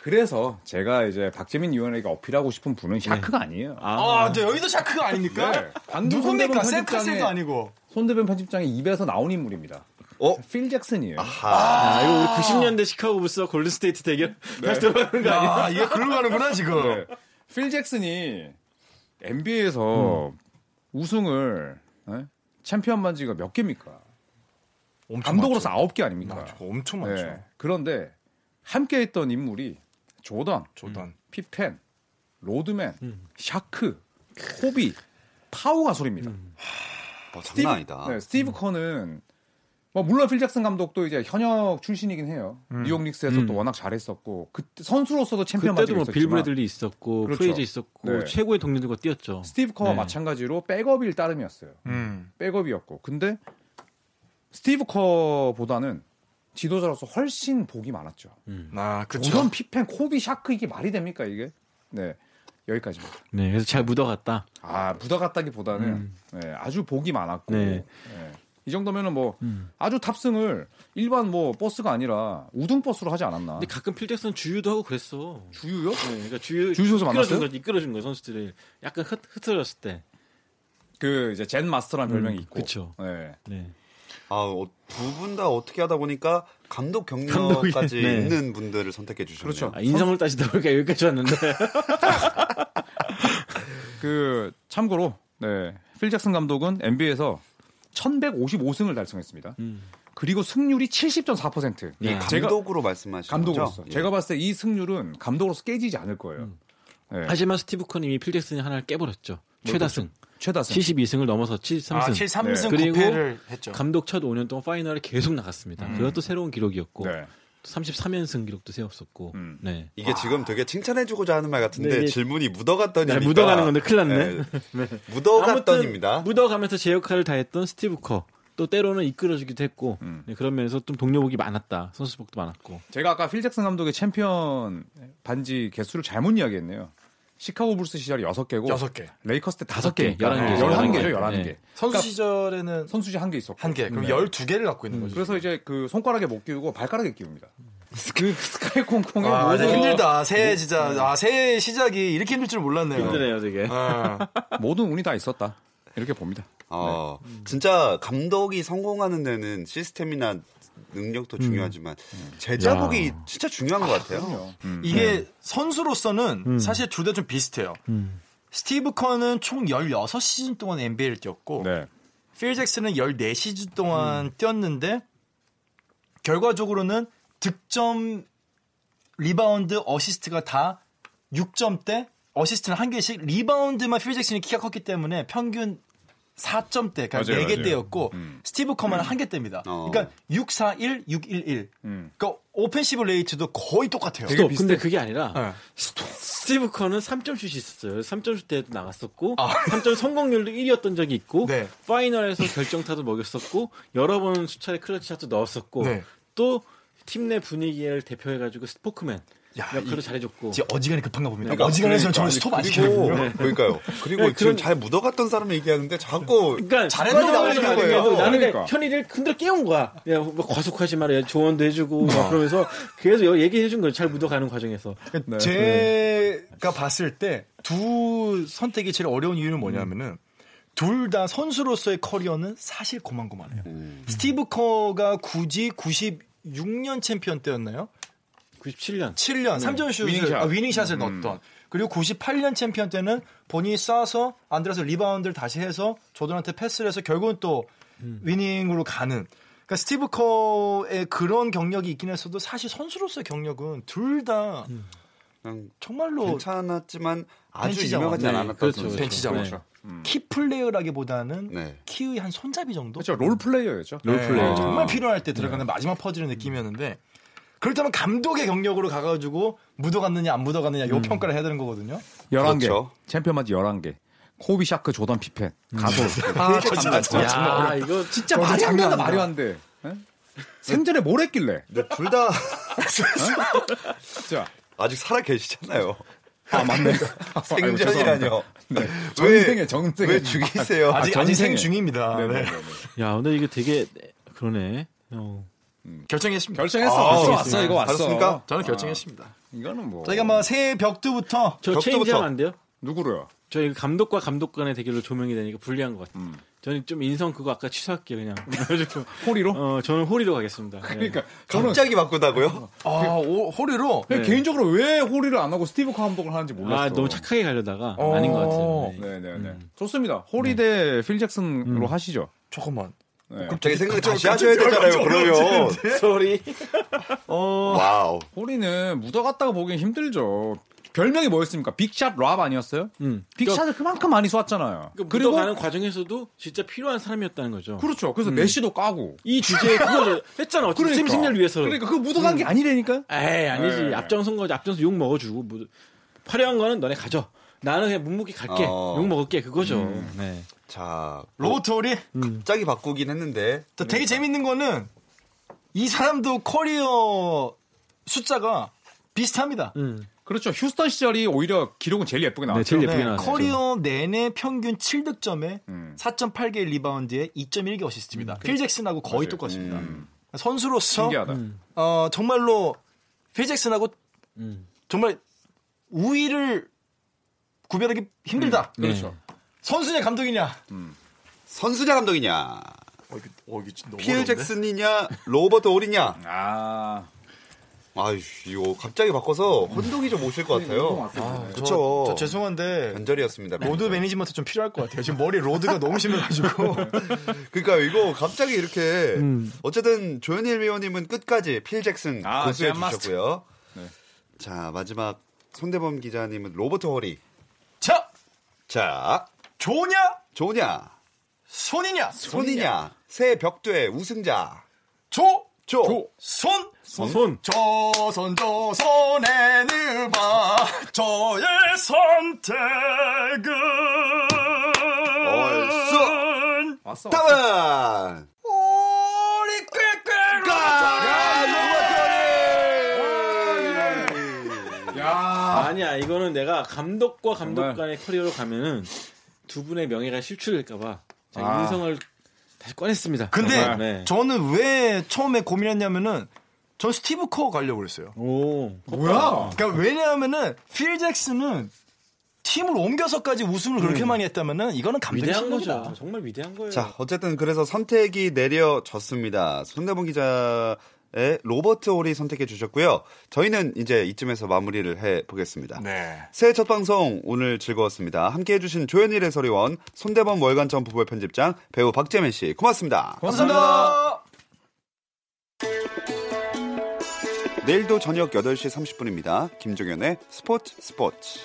[SPEAKER 5] 그래서 제가 이제 박재민 위원에게 어필하고 싶은 분은 샤크가 아니에요.
[SPEAKER 4] 아, 근데 여기도 샤크가
[SPEAKER 5] 네.
[SPEAKER 4] 아닙니까?
[SPEAKER 5] 방금
[SPEAKER 4] 네. 어? 누굽니까?
[SPEAKER 5] 손대범
[SPEAKER 4] 샘
[SPEAKER 5] 편집장의-
[SPEAKER 4] 카셀도 아니고.
[SPEAKER 5] 손대변 편집장의 입에서 나온 인물입니다.
[SPEAKER 3] 어?
[SPEAKER 5] 필 잭슨이에요.
[SPEAKER 6] 아, 이거 우리 90년대 시카고 불스와 골든스테이트 대결
[SPEAKER 5] 네.
[SPEAKER 6] 다시 들어가는 거 아니야?
[SPEAKER 4] 야, 이게 글로 가는구나, 지금. 음.
[SPEAKER 5] 네. 필 잭슨이 NBA에서 우승을 예? 챔피언 반지가 몇 개입니까?
[SPEAKER 4] 엄청
[SPEAKER 5] 감독으로서
[SPEAKER 4] 많죠.
[SPEAKER 5] 아홉 개 아닙니까?
[SPEAKER 4] 많죠. 엄청 많죠.
[SPEAKER 5] 예. 그런데 함께했던 인물이 조던,
[SPEAKER 4] 조던.
[SPEAKER 5] 피펜, 로드맨,
[SPEAKER 4] 음.
[SPEAKER 5] 샤크, 코비, 파우 가솔입니다.
[SPEAKER 4] 음.
[SPEAKER 3] 어, 장난 아니다.
[SPEAKER 5] 네,
[SPEAKER 6] 음.
[SPEAKER 5] 스티브 커는 뭐 물론 필 잭슨 감독도 이제 현역 출신이긴 해요. 뉴욕 닉스에서 또 워낙 잘했었고 그때 선수로서도 챔피언
[SPEAKER 6] 음. 그때도
[SPEAKER 5] 맞을
[SPEAKER 6] 뭐
[SPEAKER 5] 있었지만
[SPEAKER 6] 빌브레들리 있었고
[SPEAKER 5] 그렇죠.
[SPEAKER 6] 프레이즈 있었고
[SPEAKER 5] 네.
[SPEAKER 6] 최고의 동료들과 뛰었죠.
[SPEAKER 5] 스티브 커와
[SPEAKER 6] 네.
[SPEAKER 5] 마찬가지로 백업일 따름이었어요.
[SPEAKER 4] 음.
[SPEAKER 5] 백업이었고 근데 스티브 커보다는 지도자로서 훨씬 복이 많았죠.
[SPEAKER 4] 아, 그쵸.
[SPEAKER 5] 조던 피펜 코비 샤크 이게 말이 됩니까 이게? 네 여기까지입니다.
[SPEAKER 6] 네, 그래서 잘 묻어갔다.
[SPEAKER 5] 아 묻어갔다기보다는 네, 아주 복이 많았고
[SPEAKER 6] 네.
[SPEAKER 5] 네. 이 정도면은 뭐 아주 탑승을 일반 뭐 버스가 아니라 우등 버스로 하지 않았나?
[SPEAKER 6] 근데 가끔 필잭슨 주유도 하고 그랬어.
[SPEAKER 5] 주유요?
[SPEAKER 6] 네, 그러니까 주유
[SPEAKER 5] 주유소에서
[SPEAKER 6] 이끌어준
[SPEAKER 5] 만났어요?
[SPEAKER 6] 거 이끌어준 거 선수들이 약간 흩, 흐트러졌을 때. 음,
[SPEAKER 5] 그 이제 젠 마스터라는 별명이 있고.
[SPEAKER 6] 그쵸.
[SPEAKER 5] 네.
[SPEAKER 6] 네.
[SPEAKER 3] 아두 분 다 어떻게 하다 보니까 감독 경력까지
[SPEAKER 6] 감독이- 네.
[SPEAKER 3] 있는 분들을 선택해 주셨네요.
[SPEAKER 5] 그렇죠.
[SPEAKER 6] 아, 인성을 따지다 보니까 여기까지 왔는데.
[SPEAKER 5] 그 참고로 네. 필 잭슨 감독은 NBA에서 1155승을 달성했습니다. 그리고 승률이 70.4%.
[SPEAKER 3] 이
[SPEAKER 5] 제가
[SPEAKER 3] 감독으로 말씀하시는
[SPEAKER 5] 감독으로서
[SPEAKER 3] 거죠? 예.
[SPEAKER 5] 제가 봤을 때 이 승률은 감독으로서 깨지지 않을 거예요. 네.
[SPEAKER 6] 하지만 스티브 커님이 필잭슨이 하나를 깨버렸죠. 최다승.
[SPEAKER 5] 최다승.
[SPEAKER 6] 72승을 넘어서 73승.
[SPEAKER 4] 아, 73승
[SPEAKER 6] 네. 그리고
[SPEAKER 4] 9패를 했죠.
[SPEAKER 6] 감독 첫 5년 동안 파이널에 계속 나갔습니다. 그것도 새로운 기록이었고
[SPEAKER 5] 네.
[SPEAKER 6] 33연승 기록도 세웠었고.
[SPEAKER 5] 음.
[SPEAKER 6] 네.
[SPEAKER 3] 이게 지금 되게 칭찬해주고자 하는 말 같은데
[SPEAKER 6] 네, 이게-
[SPEAKER 3] 질문이 묻어갔더니
[SPEAKER 6] 네, 묻어가는 건데 큰일 났네.
[SPEAKER 3] 묻어갔더니입니다.
[SPEAKER 6] 묻어가면서 제 역할을 다했던 스티브 커. 또 때로는 이끌어주기도 했고
[SPEAKER 4] 음.
[SPEAKER 6] 네, 그런 면에서 좀 동료복이 많았다. 선수복도 많았고.
[SPEAKER 5] 제가 아까 필 잭슨 감독의 챔피언 반지 개수를 잘못 이야기했네요. 시카고 불스 시절이 6개고
[SPEAKER 4] 여섯 개.
[SPEAKER 5] 레이커스 때
[SPEAKER 6] 다섯 개,
[SPEAKER 5] 5개.
[SPEAKER 6] 열한
[SPEAKER 4] 개죠.
[SPEAKER 5] 11개죠,
[SPEAKER 6] 열한 개.
[SPEAKER 5] 11개.
[SPEAKER 6] 네.
[SPEAKER 4] 선수 시절에는
[SPEAKER 5] 선수지 한 개 있었고.
[SPEAKER 4] 한 개. 그럼
[SPEAKER 5] 네.
[SPEAKER 4] 12개를 갖고 있는 거죠.
[SPEAKER 5] 그래서 이제 그 손가락에 못 끼우고 발가락에 끼웁니다. 그 스카이 콩콩에
[SPEAKER 4] 아,
[SPEAKER 5] 모든,
[SPEAKER 4] 힘들다. 새해 진짜. 아, 새해 시작이 이렇게 힘들 줄 몰랐네요.
[SPEAKER 6] 되게.
[SPEAKER 4] 아,
[SPEAKER 5] 모든 운이 다 있었다. 이렇게 봅니다.
[SPEAKER 3] 어, 진짜 감독이 성공하는 데는 시스템이나 능력도 중요하지만 제자복이 진짜 중요한 것 같아요.
[SPEAKER 4] 이게 선수로서는 사실 둘 다 좀 비슷해요. 스티브 커는 총 16시즌 동안 NBA를 뛰었고
[SPEAKER 5] 네.
[SPEAKER 4] 필 잭슨은 14시즌 동안 뛰었는데 결과적으로는 득점, 리바운드, 어시스트가 다 6점대, 어시스트는 한 개씩, 리바운드만 필 잭슨이 키가 컸기 때문에 평균 4점대, 그러니까
[SPEAKER 5] 맞아요,
[SPEAKER 4] 4개대였고 스티브 커만 한 개대입니다.
[SPEAKER 3] 어.
[SPEAKER 4] 그러니까 6, 4, 1, 6, 1, 1. 그러니까 오펜시브 레이트도 거의 똑같아요.
[SPEAKER 6] 또 근데 그게 아니라
[SPEAKER 4] 네.
[SPEAKER 6] 스- 스티브 커는 3점슛이 있었어요. 3점슛 때도 나갔었고 3점 성공률도 1위였던 적이 있고
[SPEAKER 4] 네.
[SPEAKER 6] 파이널에서 결정타도 먹였었고 여러 번 수차례 클러치 샷도 넣었었고
[SPEAKER 4] 네.
[SPEAKER 6] 또 팀 내 분위기를 대표해가지고 스포크맨
[SPEAKER 4] 야,
[SPEAKER 6] 역할을 잘해줬고
[SPEAKER 4] 이제 어지간히 급한가 봅니다. 어지간해서 저는 스톱 안
[SPEAKER 3] 그리고
[SPEAKER 4] 시키거든요.
[SPEAKER 3] 그러니까요. 그리고
[SPEAKER 6] 네,
[SPEAKER 3] 지금
[SPEAKER 6] 그런-
[SPEAKER 3] 잘 묻어갔던 사람을 얘기하는데 자꾸
[SPEAKER 6] 그러니까
[SPEAKER 4] 잘했던
[SPEAKER 6] 스포크맨
[SPEAKER 4] 거예요.
[SPEAKER 6] 나오는 거예요.
[SPEAKER 4] 그러니까.
[SPEAKER 6] 나는 그냥 현이를 흔들어 깨운 거야. 야, 뭐 과속하지 말아. 야, 조언도 해주고 막 그러면서 계속 얘기해준 거예요. 잘 묻어가는 과정에서
[SPEAKER 5] 네.
[SPEAKER 4] 제가 봤을 때 두 선택이 제일 어려운 이유는 뭐냐면은 둘 다 선수로서의 커리어는 사실 고만고만해요.
[SPEAKER 5] 음.
[SPEAKER 4] 스티브 커가 굳이 96년 챔피언 때였나요?
[SPEAKER 6] 97년
[SPEAKER 4] 7년 삼점슛
[SPEAKER 5] 음. 위닝샷. 음.
[SPEAKER 4] 아, 위닝샷을 넣었던 그리고 98년 챔피언 때는 본인이 쏴서 안드라서 리바운드를 다시 해서 조던한테 패스를 해서 결국은 또
[SPEAKER 5] 음.
[SPEAKER 4] 위닝으로 가는 그러니까 스티브 커의 그런 경력이 있긴 했어도 사실 선수로서의 경력은 둘 다
[SPEAKER 5] 음.
[SPEAKER 3] 그냥
[SPEAKER 4] 정말로
[SPEAKER 3] 괜찮았지만 아주
[SPEAKER 4] 벤치죠.
[SPEAKER 3] 유명하지
[SPEAKER 4] 네,
[SPEAKER 3] 않았다고 생각해요.
[SPEAKER 4] 벤치 잡아.
[SPEAKER 6] 네.
[SPEAKER 4] 키 플레이어라기보다는
[SPEAKER 3] 네.
[SPEAKER 4] 키의 한 손잡이 정도?
[SPEAKER 5] 그렇죠. 롤 플레이어였죠.
[SPEAKER 4] 네,
[SPEAKER 3] 플레이어.
[SPEAKER 4] 정말 필요할 때 들어가는 마지막 퍼즐의 느낌이었는데 그렇다면 감독의 경력으로 가가지고 묻어갔느냐 안 묻어갔느냐 요 평가를 해야 되는 거거든요.
[SPEAKER 5] 11개.
[SPEAKER 3] 그렇죠.
[SPEAKER 5] 챔피언 맞지 11개. 코비 샤크 조던 피펜 가솔.
[SPEAKER 4] 아, 진짜,
[SPEAKER 6] 야 이거
[SPEAKER 5] 진짜
[SPEAKER 6] 진짜
[SPEAKER 5] 말이 안 된다
[SPEAKER 4] 장난
[SPEAKER 5] 말이 안 돼. 예? 생전에 뭘 했길래?
[SPEAKER 3] 그러니까 둘다
[SPEAKER 5] 진짜.
[SPEAKER 3] 아직 살아 계시잖아요.
[SPEAKER 5] 아 맞네.
[SPEAKER 4] 아,
[SPEAKER 3] 생전이라뇨.
[SPEAKER 5] 전생에 정생에
[SPEAKER 3] 왜 죽이세요?
[SPEAKER 4] 네, 아직
[SPEAKER 5] 아,
[SPEAKER 4] 아직
[SPEAKER 5] 전생에.
[SPEAKER 4] 생 중입니다. 네.
[SPEAKER 6] 야, 근데 이게 되게 그러네. 어.
[SPEAKER 4] 결정했습니다. 아.
[SPEAKER 5] 결정했어.
[SPEAKER 3] 아,
[SPEAKER 5] 왔어 왔어
[SPEAKER 3] 알겠습니다.
[SPEAKER 5] 이거 왔어.
[SPEAKER 3] 받았습니까?
[SPEAKER 4] 저는 결정했습니다.
[SPEAKER 5] 이거는 뭐
[SPEAKER 4] 저희가 막 새해 벽두부터
[SPEAKER 6] 저
[SPEAKER 3] 벽두부터.
[SPEAKER 6] 체인지하면 안 돼요?
[SPEAKER 5] 누구로요?
[SPEAKER 6] 저 이거 감독과 감독 간의 대결로 조명이 되니까 불리한 것 같아요. 저는 좀 인성 그거 아까 취소할게요 그냥. 그래가지고,
[SPEAKER 5] 호리로?
[SPEAKER 6] 어, 저는 호리로 가겠습니다.
[SPEAKER 5] 그러니까 저는
[SPEAKER 3] 갑자기 바꾸다고요?
[SPEAKER 4] 아, 오, 허리로?
[SPEAKER 6] 네.
[SPEAKER 5] 개인적으로 왜 호리를 안 하고 스티브 커 감독을 하는지
[SPEAKER 6] 네.
[SPEAKER 5] 몰랐어.
[SPEAKER 6] 아 너무 착하게 가려다가 아닌 것 같아요. 네.
[SPEAKER 5] 네네네. 좋습니다. 호리 대필 잭슨으로 하시죠.
[SPEAKER 4] 잠깐만.
[SPEAKER 5] 네.
[SPEAKER 3] 갑자기 생각 다시 하셔야 되잖아요. 그러면
[SPEAKER 6] 소리.
[SPEAKER 4] 어.
[SPEAKER 3] 와우.
[SPEAKER 5] 호리는 묻어갔다가 보기엔 힘들죠. 별명이 뭐였습니까? 빅샷 랍 아니었어요?
[SPEAKER 6] 음.
[SPEAKER 5] 빅샷을 그만큼 많이 쏘았잖아요.
[SPEAKER 6] 그리고 가는 과정에서도 진짜 필요한 사람이었다는 거죠.
[SPEAKER 5] 그렇죠. 그래서 메시도 까고.
[SPEAKER 6] 이 주제에 그거를 했잖아. 어쨌든 팀 승리를 위해서.
[SPEAKER 5] 그러니까 그 묻어간 게 아니라니까.
[SPEAKER 6] 에이 아니지
[SPEAKER 5] 네.
[SPEAKER 6] 앞장선 거지 앞장서 욕 먹어주고 뭐 화려한 거는 너네 가져 나는 그냥 묵묵히 갈게
[SPEAKER 3] 어.
[SPEAKER 6] 욕 먹을게 그거죠 음, 네.
[SPEAKER 3] 자, 뭐
[SPEAKER 4] 로버트 허리?
[SPEAKER 3] 갑자기 바꾸긴 했는데
[SPEAKER 4] 또 되게 재밌는 거는 이 사람도 커리어 숫자가 비슷합니다.
[SPEAKER 6] 음.
[SPEAKER 5] 그렇죠. 휴스턴 시절이 오히려 기록은 제일 예쁘게 나왔죠.
[SPEAKER 6] 네, 제일 예쁘게
[SPEAKER 4] 네,
[SPEAKER 6] 나왔어요
[SPEAKER 4] 커리어 내내 평균 7득점에
[SPEAKER 5] 음.
[SPEAKER 4] 4.8개의 리바운드에 2.1개 어시스트입니다. 필 잭슨하고 거의 똑같습니다. 선수로서
[SPEAKER 5] 그렇죠. 음. 신기하다.
[SPEAKER 4] 어, 정말로 필 잭슨하고
[SPEAKER 6] 음.
[SPEAKER 4] 정말 우위를 구별하기 힘들다.
[SPEAKER 5] 음,
[SPEAKER 6] 네. 그렇죠.
[SPEAKER 4] 선수냐 감독이냐?
[SPEAKER 3] 선수자 감독이냐,
[SPEAKER 4] 어, 이거, 어, 이거 너무
[SPEAKER 3] 필
[SPEAKER 4] 어려운데?
[SPEAKER 3] 잭슨이냐, 로버트 올이냐.
[SPEAKER 5] 아,
[SPEAKER 3] 아유, 이거 갑자기 바꿔서 혼동이 좀 오실 것 같아요.
[SPEAKER 4] 아, 저,
[SPEAKER 5] 그렇죠.
[SPEAKER 3] 그쵸.
[SPEAKER 4] 저 죄송한데
[SPEAKER 3] 변절이었습니다.
[SPEAKER 4] 로드
[SPEAKER 5] 네.
[SPEAKER 4] 매니지먼트 좀 필요할 것 같아요. 지금 머리 로드가 너무 심해가지고.
[SPEAKER 3] 그러니까 이거 갑자기 이렇게 어쨌든 조현일 위원님은 끝까지 필 잭슨
[SPEAKER 5] 아,
[SPEAKER 3] 고수해
[SPEAKER 5] 잼 마스터.
[SPEAKER 3] 주셨고요. 자 마지막 손대범 기자님은 로버트 허리.
[SPEAKER 4] 자,
[SPEAKER 3] 자
[SPEAKER 4] 조냐,
[SPEAKER 3] 조냐
[SPEAKER 4] 손이냐,
[SPEAKER 3] 손이냐 새 벽두의 우승자
[SPEAKER 4] 조,
[SPEAKER 3] 조.
[SPEAKER 4] 손.
[SPEAKER 6] 손, 손.
[SPEAKER 4] 조선 조선의 누바 저의 선택은
[SPEAKER 5] 왔어.
[SPEAKER 3] 답은
[SPEAKER 4] 우리 꾀꾀로
[SPEAKER 5] 야,
[SPEAKER 6] 아니야 이거는 내가 감독과 감독
[SPEAKER 5] 정말.
[SPEAKER 6] 간의 커리어로 가면은 두 분의 명예가 실추될까봐 제가
[SPEAKER 5] 아.
[SPEAKER 6] 인성을 다시 꺼냈습니다
[SPEAKER 4] 근데
[SPEAKER 6] 정말, 네.
[SPEAKER 4] 저는 왜 처음에 고민했냐면은 전 스티브 커 가려고 그랬어요.
[SPEAKER 6] 오
[SPEAKER 5] 뭐야?
[SPEAKER 6] 아.
[SPEAKER 4] 그러니까 왜냐하면은 필 잭슨은 팀을 옮겨서까지 우승을 그렇게 많이 했다면은 이거는 감독이
[SPEAKER 6] 음. 위대한
[SPEAKER 4] 한
[SPEAKER 6] 거죠
[SPEAKER 4] 거죠.
[SPEAKER 6] 정말 위대한 거예요
[SPEAKER 3] 자 어쨌든 그래서 선택이 내려졌습니다. 손대범 기자의 로버트 홀이 선택해 주셨고요. 저희는 이제 이쯤에서 마무리를 해 보겠습니다.
[SPEAKER 4] 네.
[SPEAKER 3] 새해 첫 방송 오늘 즐거웠습니다. 함께 해주신 조현일 해설위원, 손대범 월간점 부부 편집장, 배우 박재민 씨 고맙습니다.
[SPEAKER 4] 감사합니다.
[SPEAKER 3] 내일도 저녁 8시 30분입니다. 김종현의 스포츠 스포츠.